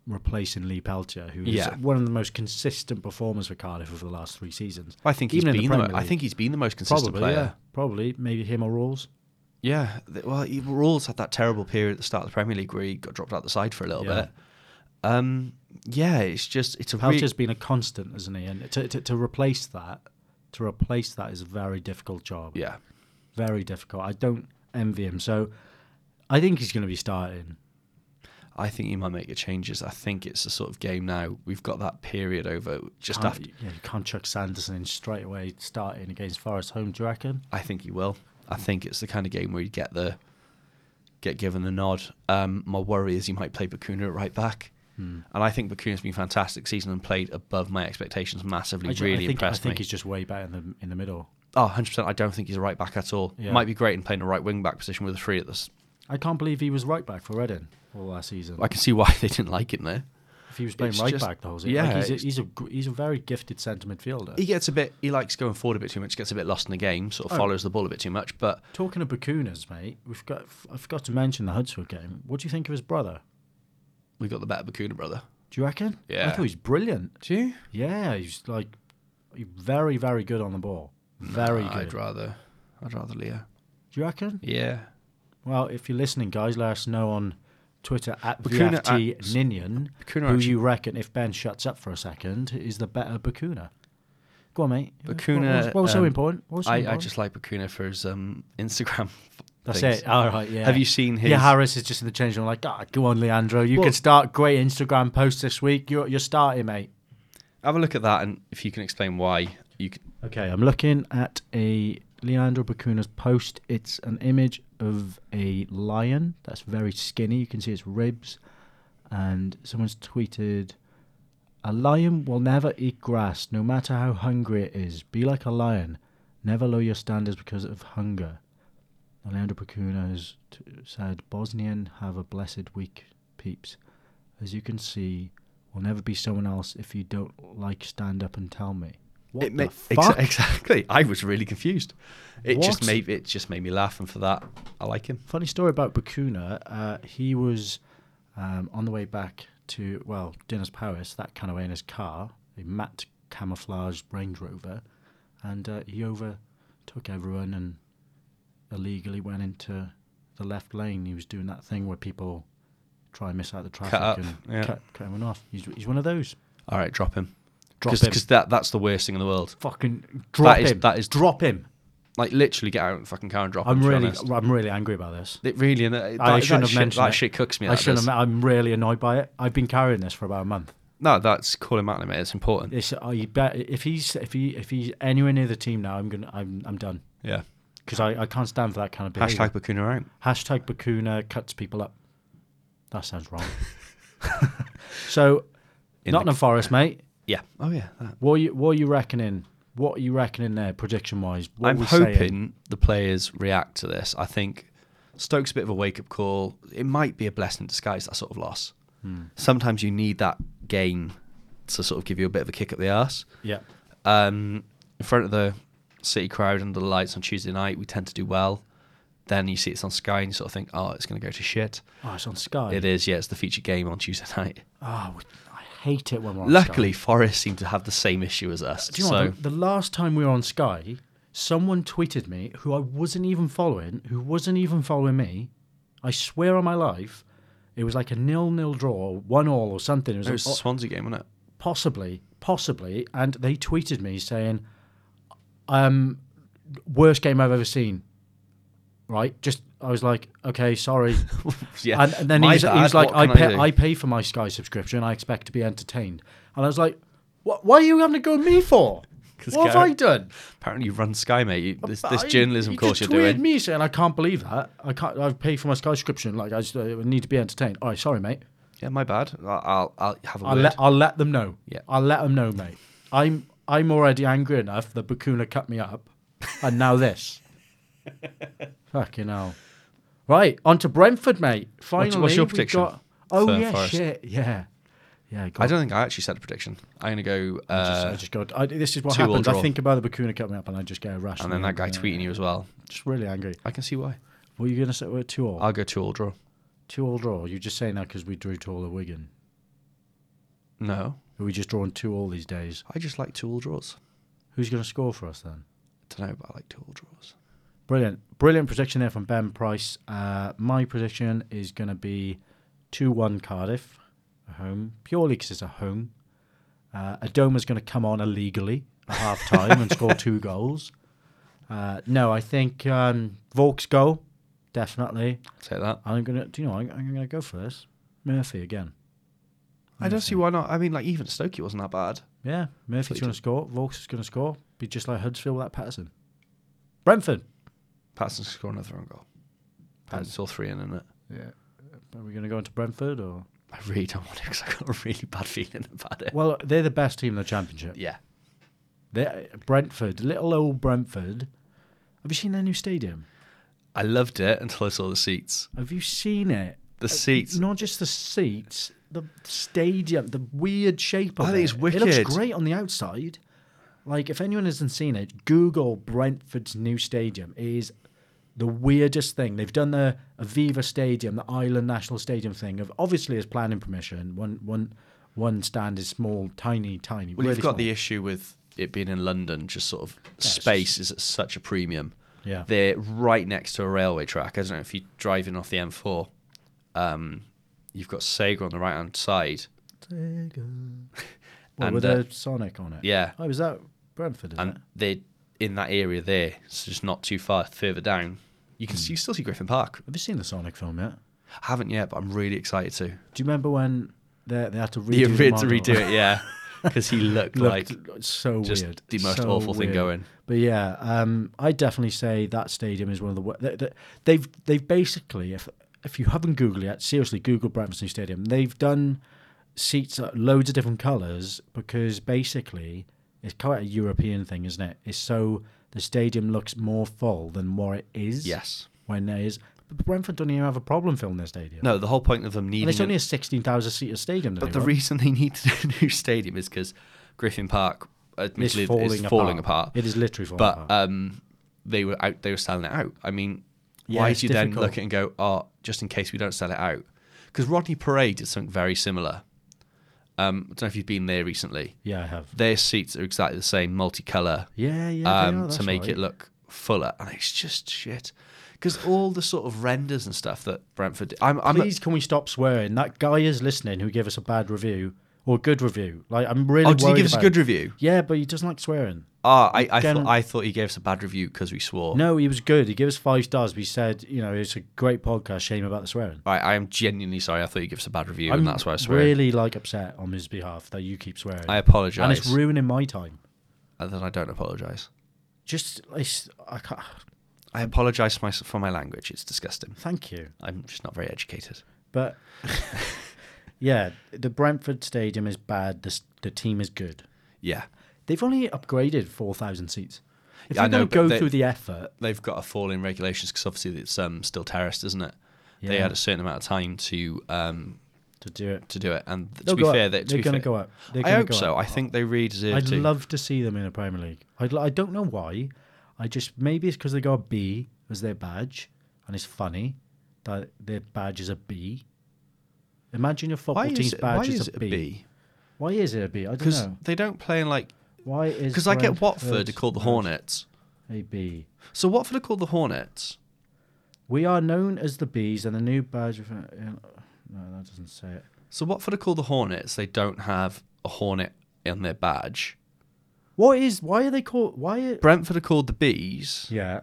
replacing Lee Peltier, who is Yeah. one of the most consistent performers for Cardiff over the last three seasons. I think he's Even in been the the, Premier mo- I League. think he's been the most consistent probably, yeah, player. probably maybe him or Rawls. Yeah. th- Well, he- Rawls had that terrible period at the start of the Premier League where he got dropped out the side for a little Yeah. bit. Um, yeah, it's just it's a really, Peltier's been a constant, isn't he? And to, to to replace that, to replace that is a very difficult job. yeah. very difficult. I don't envy him. So I think he's going to be starting. I think he might make the changes. I think it's the sort of game now. We've got that period over just Can't- after. yeah, you can't chuck Sanderson in straight away starting against Forest home. Do you reckon? I think he will. I think it's the kind of game where you get the get given the nod. Um, my worry is he might play Bakuna at right back, Hmm. and I think Bakuna's been fantastic season and played above my expectations massively. I ju- really I think, impressed I think me. he's just way better in the in the middle. Oh, 100 percent. I don't think he's a right back at all. Yeah. Might be great in playing a right wing back position with a three at this. I can't believe he was right back for Reading all last season. I can see why they didn't like him there. if he was playing It's right just- back the whole season. yeah, like he's, a, it's- he's a gr- he's a very gifted centre midfielder. He gets a bit. He likes going forward a bit too much. Gets a bit lost in the game. Sort of Oh. follows the ball a bit too much. But Talking of Bakunas, mate, we've got I forgot to mention the Huddersfield game. What do you think of his brother? we got the better Bakuna brother. Do you reckon? I Yeah. thought he's brilliant. Do you? Yeah, he's like he's very, very good on the ball. Very good. Uh, I'd rather. I'd rather Leo. Do you reckon? Yeah. Well, if you're listening, guys, let us know on Twitter at Bakuna VFT act- Ninian who Bakuna you reckon, if Ben shuts up for a second, is the better Bakuna. Go on, mate. What- Bakuna, What, what was so um, important? What was so I, I important? just like Bakuna for his um, Instagram. That's things. it. All right. Yeah. Have you seen his? Yeah, Harris is just in the change room. Like, ah, go on, Leandro. You Well- can start great Instagram posts this week. You're, you're starting, mate. Have a look at that, and if you can explain why you c Okay, I'm looking at a Leandro Bacuna's post. It's an image of a lion that's very skinny. You can see its ribs. And someone's tweeted, A lion will never eat grass, no matter how hungry it is. Be like a lion. Never lower your standards because of hunger. And Leandro Bacuna has t- said, Bosnian have a blessed week, peeps. As you can see, will never be someone else if you don't like stand up and tell me. What It the ma- exa- fuck? exactly. I was really confused. It just What? made it just made me laugh, and for that, I like him. Funny story about Bakuna. Uh, he was um, on the way back to, well, Dinners Paris, that kind of way in his car, a matte camouflage Range Rover, and uh, he overtook everyone and illegally went into the left lane. He was doing that thing where people try and miss out the traffic up, and yeah. cut, cut everyone off. He's, he's one of those. All right, drop him. Drop him. Because that that's the worst thing in the world. Fucking drop is- him. that is- drop him. Like literally, get out and fucking car and drop him. I'm to be really, honest. I'm really angry about this. It really, and that, I that- shouldn't that have shit, mentioned that it. shit cooks me. I that shouldn't. does. Have, I'm really annoyed by it. I've been carrying this for about a month. No, that's calling him out, mate. It's important. It's, I bet if he's if he if he's anywhere near the team now, I'm gonna I'm I'm done Yeah. because I, I can't stand for that kind of Hashtag behavior. Bakuna out. Hashtag Bakuna cuts people up. That sounds wrong. so, In Nottingham Forest, mate. Yeah. Oh yeah. that. What you what you reckoning? What are you reckoning there, prediction wise? I'm hoping the players react to this. I think Stoke's a bit of a wake up call. It might be a blessing in disguise, that sort of loss. Hmm. Sometimes you need that game to sort of give you a bit of a kick up the arse. Yeah. Um, in front of the city crowd under the lights on Tuesday night, we tend to do well. Then you see it's on Sky and you sort of think, oh, it's going to go to shit. Oh, it's on Sky. It is, yeah, it's the feature game on Tuesday night. Oh, we- I hate it when we're on Luckily, Sky. Forest seem to have the same issue as us. Do you know so, what? The, the last time we were on Sky, someone tweeted me who I wasn't even following, who wasn't even following me. I swear on my life, it was like a nil-nil draw, one all or something. It was, it was oh, the Swansea game, wasn't it? possibly, possibly, and they tweeted me saying, um, "Worst game I've ever seen." Right? Just I was like, "Okay, sorry." Yeah, and, and then he my was, he bad, was like, what I can I pay, do?" I, pay for my Sky subscription. I expect to be entertained." And I was like, "What? Why are you having to go with me for? 'Cause what have I Gareth- done?" Apparently, you run Sky, mate. You, this, But this I- journalism you course just you're tweeted doing. me saying, "I can't believe that. I can't. I've paid for my Sky subscription. Like, I just uh, need to be entertained." All right, sorry, mate. Yeah, my bad. I- I'll, I'll have a I'll word. let I'll let them know. Yeah. I'll let them know, mate. I'm I'm already angry enough that Bakuna cut me up, and now this. Fucking hell! Right, on to Brentford, mate. Finally, what's your we've prediction Got, oh for yeah, Forest? shit, yeah, yeah. Go I don't think I actually said a prediction. I'm gonna go, I just, uh, I just got. I, this is what two-all happens. I draw. think about the Bakuna cut me up, and I just get a rash. and then that guy Yeah. tweeting you as well. Just really angry. I can see why. What are you gonna say? We're two all. I'll go two all draw. Two all draw. You're just saying that because we drew two all at Wigan. No, Are we just drawing two all these days? I just like two all draws. Who's going to score for us then? Don't know, but I like two all draws. Brilliant. Brilliant prediction there from Ben Price. Uh, my prediction is going to be 2 1 Cardiff, a home, purely because it's a home. Uh, Adoma's going to come on illegally at half time and score two goals. Uh, no, I think um, Volk's goal, definitely. Take that. I'm going to, do you know, I'm, I'm going to go for this. Murphy again. I don't see why not. I mean, like even Stoke, it wasn't that bad. Yeah, Murphy's Fleetwood. going to score. Volk's is going to score. Be just like Huddersfield without Patterson. Brentford. Patterson scored another own goal. Patterson saw three in, it. Yeah. Are we going to go into Brentford or? I really don't want it because I got a really bad feeling about it. Well, they're the best team in the championship. Yeah, They're Brentford, little old Brentford. Have you seen their new stadium? I loved it until I saw the seats. Have you seen it? the seats. Not just the seats, the stadium, the weird shape of I it. think it's It Oh, wicked. looks great on the outside. Like if anyone hasn't seen it, Google Brentford's new stadium It is the weirdest thing. They've done the Aviva Stadium, the Island National Stadium thing. Of obviously, as planning permission, one one one stand is small, tiny, tiny. Well, really you've got small. the issue with it being in London, just sort of it's space is at such a premium. Yeah. They're right next to a railway track. I don't know if you're driving off the M4. Um, you've got Sega on the right hand side. What, and, with uh, a Sonic on it. yeah. Oh, was that Brentford? Is it? And they in that area there, so just not too far further down. You can Hmm. see, you still see Griffin Park. Have you seen the Sonic film yet? I haven't yet, but I'm really excited to. Do you remember when they, they had to redo You the had to model? redo it, yeah. Because he looked, Looked like so just weird. the most So awful thing weird. going. But yeah, um, I definitely say that stadium is one of the wo- they, they, they've they've basically if if you haven't googled it yet, seriously Google Brentford's new stadium. They've done seats at loads of different colours because basically it's quite a European thing, isn't it? It's so the stadium looks more full than what it is. Yes. when there is. But Brentford don't even have a problem filling their stadium. No, the whole point of them needing. and it's an- only a sixteen thousand seat stadium. that But they the want. reason they need to do a new stadium is because Griffin Park it's admittedly, falling, is apart. falling apart. It is literally falling but apart. um, they were out. They were selling it out. I mean, Yeah, why it's do you then difficult. look at it and go, "Oh, just in case we don't sell it out"? Because Rodney Parade did something very similar. Um, I don't know if you've been there recently. yeah, I have. Their seats are exactly the same, multicolour, Yeah, yeah. they are, um, to that's make right. it look fuller, and it's just shit. Because all the sort of renders and stuff that Brentford, I'm, I'm Please, can we stop swearing? That guy is listening who gave us a bad review or good review. Like, I'm really. oh, did he worried give us a about good it. review? Yeah, but he doesn't like swearing. Ah, I, I, Again- thought, I thought he gave us a bad review because we swore. No, he was good. He gave us five stars. We said, you know, it's a great podcast. Shame about the swearing. I, I am genuinely sorry. I thought you gave us a bad review, I'm and that's why I swear. really like upset on his behalf that you keep swearing. I apologise. and it's ruining my time. and then I don't apologise. Just, it's, I can't. I apologise for my, for my language. It's disgusting. Thank you. I'm just not very educated. But yeah, the Brentford Stadium is bad. The, s- the team is good. Yeah, They've only upgraded 4,000 seats. If Yeah, I you're know, going to but go they- through the effort, they've got a fall in regulations because obviously it's um, still terraced, isn't it? They Yeah. had a certain amount of time to um, to do it. to do it, and th- They'll to be go up. fair, they, to They're be gonna fair- go up. They're I gonna hope go so. up. I think they really deserve I'd to. love to see them in the Premier League. I'd, li- I don't know why. I just maybe it's because they got a B as their badge, and it's funny that their badge is a B. Imagine your football why is team's it, badge why is, is a it B. a B? Why is it a B? I don't Because know. they don't play in like. Why is Because I get Watford Brentford's to call the badge Hornets. a B? So Watford are called the Hornets. We are known as the bees, and the new badge. of- No, that doesn't say it. So Watford are called the Hornets. They don't have a hornet on their badge. What is? Why are they called? Why? Are, Brentford are called the Bees. yeah.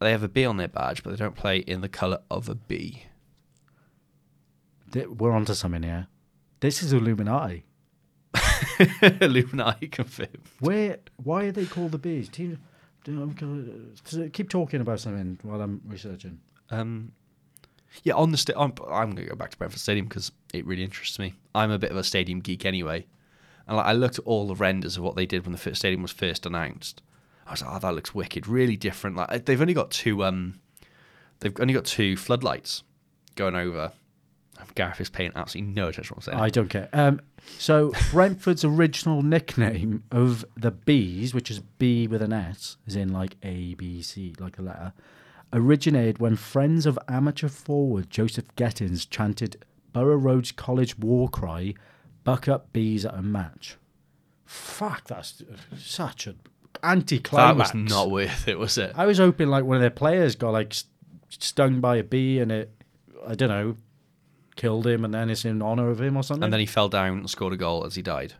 They have a bee on their badge, but they don't play in the colour of a bee. Th- We're onto something here. This is Illuminati. Illuminati confirmed. Where? Why are they called the bees? Team, do- I'm gonna- so keep talking about something while I'm researching. Um, yeah, on the sta- I'm, I'm going to go back to Brentford Stadium because it really interests me. I'm a bit of a stadium geek anyway, and like, I looked at all the renders of what they did when the first stadium was first announced. I was like, oh, that looks wicked, really different. Like uh, they've only got two, um, they've only got two floodlights going over. Um, Gareth is paying absolutely no attention to what I'm saying. I don't care. Um, so Brentford's original nickname of the bees, which is B with an S, is in like A B C, like the letter, originated when friends of amateur forward Joseph Gettins chanted Borough Roads College war cry, "Buck up bees at a match." Fuck, that's such an that anticlimax. was not worth it, was it? I was hoping like one of their players got like st- stung by a bee and it, I don't know, killed him, and then it's in honor of him or something. And then he fell down and scored a goal as he died.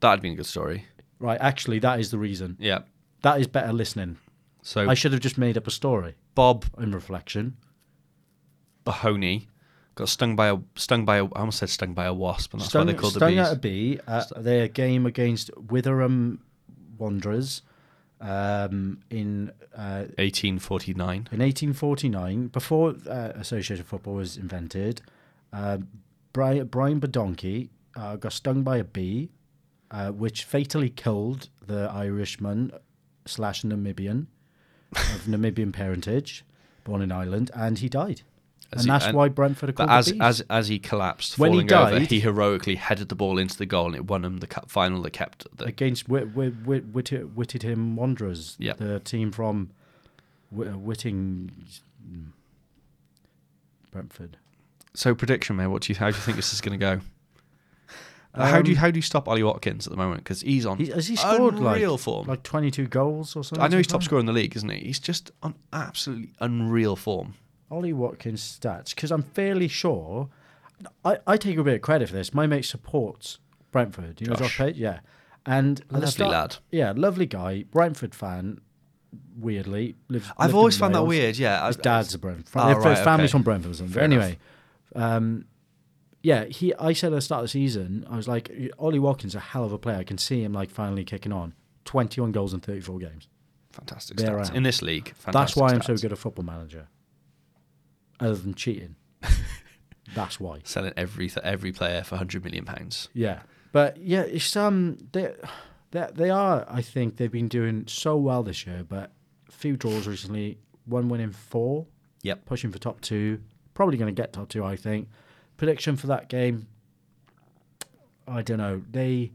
That'd been a good story. right, actually, that is the reason. Yeah. That is better listening. So I should have just made up a story Bob in reflection. Bahoney got stung by a stung by a I almost said stung by a wasp, and that's stung why they called the stung bees. at a bee at their game against Witherham Wanderers um, in uh, 1849. In 1849, before uh, Association Football was invented, uh, Brian, Brian Badonki uh, got stung by a bee, uh, which fatally killed the Irishman slash Namibian of Namibian parentage, born in Ireland, and he died. and As he- that's why Brentford are But called as the Bees. as as he collapsed, When he falling over, died- he heroically headed the ball into the goal, and it won him the cup final. That kept the against Whit, Whit, Whit, Whitted- Whittingham Wanderers, Yep. the team from Wh- uh, Whitting, Brentford. So prediction, man. What do you? How do you think this is going to go? Uh, how do you how do you stop Ali Watkins at the moment? Because he's on Um, He, has he scored unreal like, form. like 22 goals or something? I know he's top scorer. scorer in the league, isn't he? He's just on absolutely unreal form. Ollie Watkins stats because I'm fairly sure. I, I take a bit of credit for this. My mate supports Brentford. You know Josh. Josh Pate, yeah, and at the Lovely start- lad. Yeah, lovely guy. Brentford fan. Weirdly, lives, I've lived always in found that Wales. weird. Yeah, His I- I- dad's a Brentford. Oh, fan. Their right, first family's okay. from Brentford. Or something. Fair but anyway, um, yeah, he. I said at the start of the season, I was like, Ollie Watkins, a hell of a player. I can see him like finally kicking on. Twenty-one goals in thirty-four games. fantastic They're stats out. in this league. Fantastic That's why I'm stats. so good at football manager. Other than cheating. That's why. Selling every every player for hundred million pounds. Yeah. But yeah, it's um they they they are I think they've been doing so well this year, but few draws recently, one win in four, Yep. pushing for top 2, probably going to get top 2 I think. Prediction for that game I don't know. They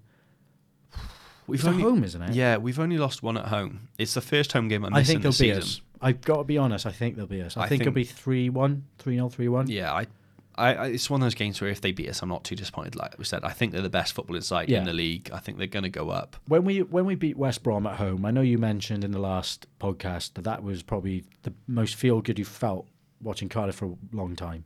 We've It's at home, isn't it? Yeah, we've only lost one at home. It's the first home game I'm I missing think they'll this be season. us. I've got to be honest, I think they'll be us. I, I think, it'll think- be 3-1, 3-0, 3-1. Yeah, I, I, I, it's one of those games where if they beat us, I'm not too disappointed. Like we said, I think they're the best footballing side Yeah. in the league. I think they're going to go up. When we when we beat West Brom at home, I know you mentioned in the last podcast that that was probably the most feel good you felt watching Cardiff for a long time.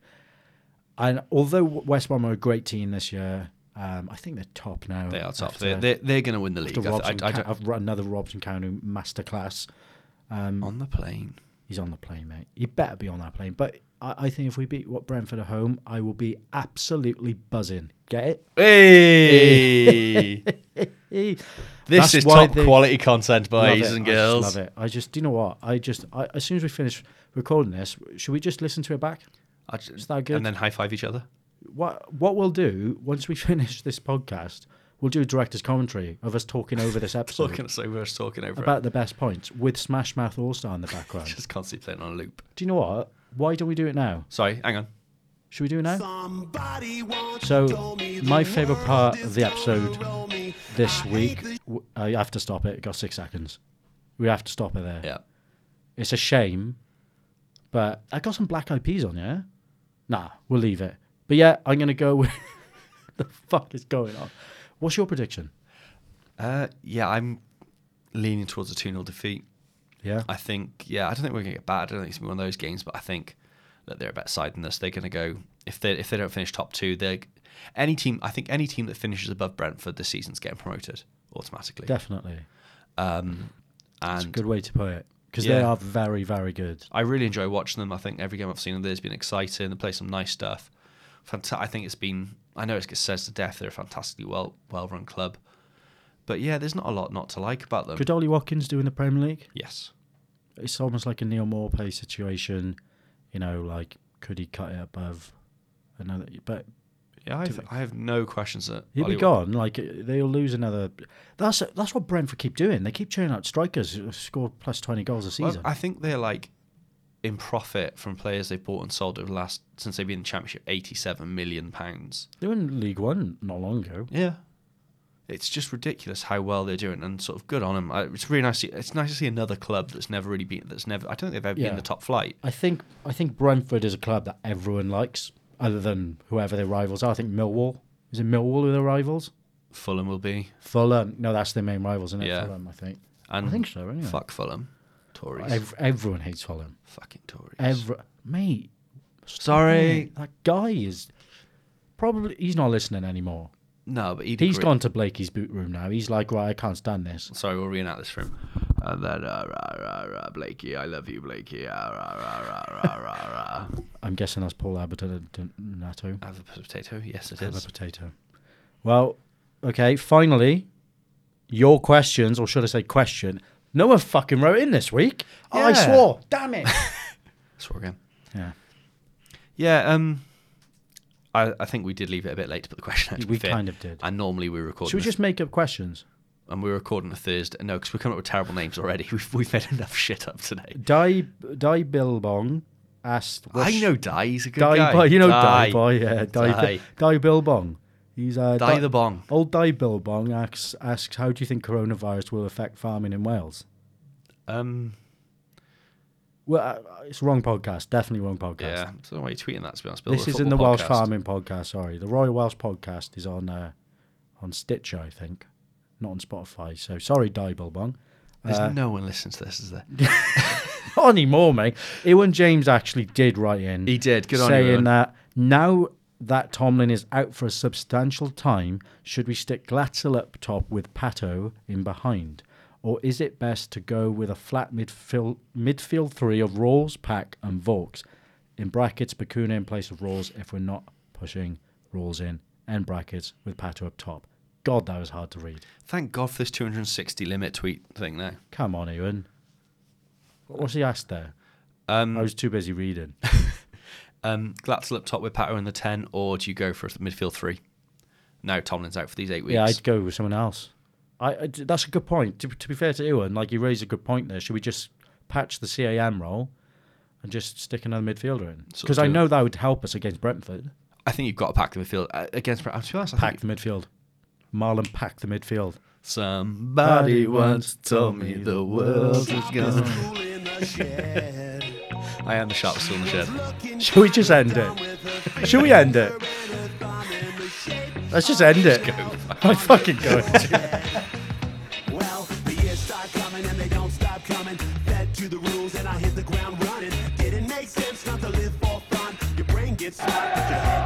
And although West Brom are a great team this year, um, I think they're top now. They are top. after- they're they're, they're going to win the league. after I th- Robson I- I Ca- don't- I've run another Robson County masterclass. um, on the plane. He's on the plane, mate. He better be on that plane. But I, I think if we beat what Brentford at home, I will be absolutely buzzing. Get Hey, it? this That's is why top they- quality content, Love boys it. and I just girls. love it. I just, do you know what? I just, I, as soon as we finish recording this, should we just listen to it back? I ju- Is that good? And then high five each other. What What we'll do once we finish this podcast, we'll do a director's commentary of us talking over this episode Talking so we're just talking over about the best points with Smash Mouth All Star in the it. background. Just constantly playing on a loop. do you know what? Why don't we do it now? Sorry, hang on. Should we do it now? Somebody once So, told me my the favourite world part is of the gonna episode roll me. This I week, hate the w- I have to stop it. It got six seconds. We have to stop it there. Yeah. It's a shame, but I got some black eyed peas on, yeah? Nah, we'll leave it. But yeah, I'm going to go with. the fuck is going on? What's your prediction? Uh, yeah, I'm leaning towards a 2 0 defeat. Yeah. I think, yeah, I don't think we're going to get bad. I don't think it's going to be one of those games, but I think that they're a better side than this. They're going to go if they if they don't finish top two, they any team. I think any team that finishes above Brentford this season's getting promoted automatically. Definitely. Um, It's a and good way to put it. Because they Yeah. are very, very good. I really enjoy watching them. I think every game I've seen of theirs has been exciting. They play some nice stuff. Fanta- I think it's been. I know it says to death they're a fantastically well well run club, but yeah, there's not a lot not to like about them. Could Ollie Watkins do in the Premier League? Yes. It's almost like a Neil Morpay situation. You know, like, could he cut it above another. But Yeah, I've, I have no questions that He'll Ollie be gone. Like they'll lose another. That's that's what Brentford keep doing. They keep churning out strikers who score plus twenty goals a Well, season. I think they're like in profit from players they've bought and sold over the last since they've been in the championship, eighty-seven million pounds. they were in League One not long ago. Yeah, it's just ridiculous how well they're doing, and sort of good on them. I, it's really nice. To, it's nice to see another club that's never really been. That's never. I don't think they've ever been in Yeah. the top flight. I think I think Brentford is a club that everyone likes, other than whoever their rivals are. I think Millwall is it Millwall who their rivals? Fulham will be, Fulham. No, that's their main rivals, isn't it? Yeah. Fulham, I think. and I think so. Anyway, fuck Fulham, Tories, Ev- everyone hates Fulham. fucking Tories. Every mate, Sorry, that guy is probably he's not listening anymore. no, but he'd He's agree. gone to Blakey's boot room now. He's like, right, I can't stand this. Sorry, we'll reenact this for him. And then, uh, rah, rah, rah, Blakey, I love you, Blakey. Ah, rah, rah, rah, rah, rah, rah. I'm guessing that's Paul Abernato. Have a potato? Yes, it Have a is. potato. Well, okay. Finally, your questions, or should I say, question? No one fucking wrote in this week. I Yeah. swore. Damn it. Swore again. yeah. Yeah, um, I, I think we did leave it a bit late to put the question out. to be We fair. kind of did. And normally we record. Should we just make up questions? and we're recording a Thursday. No, because we're coming up with terrible names already. We've, we've made enough shit up today. Di Di Bilbong asked. I know Die. He's a good Di guy. Boy. You know Di. Di Boy, yeah. Di, Di. Di. Bill Bong. He's uh, Di the Bong. Old Di Bill Bong asks, asks, how do you think coronavirus will affect farming in Wales? Um, Well, uh, it's wrong podcast. Definitely wrong podcast. yeah. I don't know why you're tweeting that, to be honest. Bill, This the is in the football Welsh podcast. Farming podcast. Sorry, the Royal Welsh podcast is on uh, on Stitcher, I think, not on Spotify. So sorry, Di Bilbong. There's Uh, no one listens to this, is there? Not anymore, mate. Ewan James actually did write in. He did. Good on you, saying Ewan. that now that Tomlin is out for a substantial time, should we stick Glatzel up top with Pato in behind? Or is it best to go with a flat midfield midfield three of Rawls, Pack, and Vaux? In brackets, Bakuna in place of Rawls if we're not pushing Rawls in. End brackets with Pato up top. God, that was hard to read. Thank God for this 260 limit tweet thing now. Come on, Ewan. What was he asked there? I was too busy reading. Um, Glatzel up top with Pato in the 10, or do you go for a th- midfield three? Now Tomlin's out for these eight weeks. Yeah, I'd go with someone else. I, I- that's a good point. To, to be fair to Ewan, like you raised a good point there. Should we just patch the CAM role and just stick another midfielder in? Sort of Because I do- know that would help us against Brentford. I think you've got to pack the midfield uh, against. Bra- To be honest, I Pack think the midfield. Marlon, pack the midfield. somebody once told me the world is gone. School in the shed. I am the sharpest tool in the shed. Looking Shall we just end it? Shall we end it? Let's just end it. I'm fucking going. Well, the years start coming and they don't stop coming. Fed to the rules and I hit the ground running. Didn't make sense not to live for fun. Your brain gets hot, but your head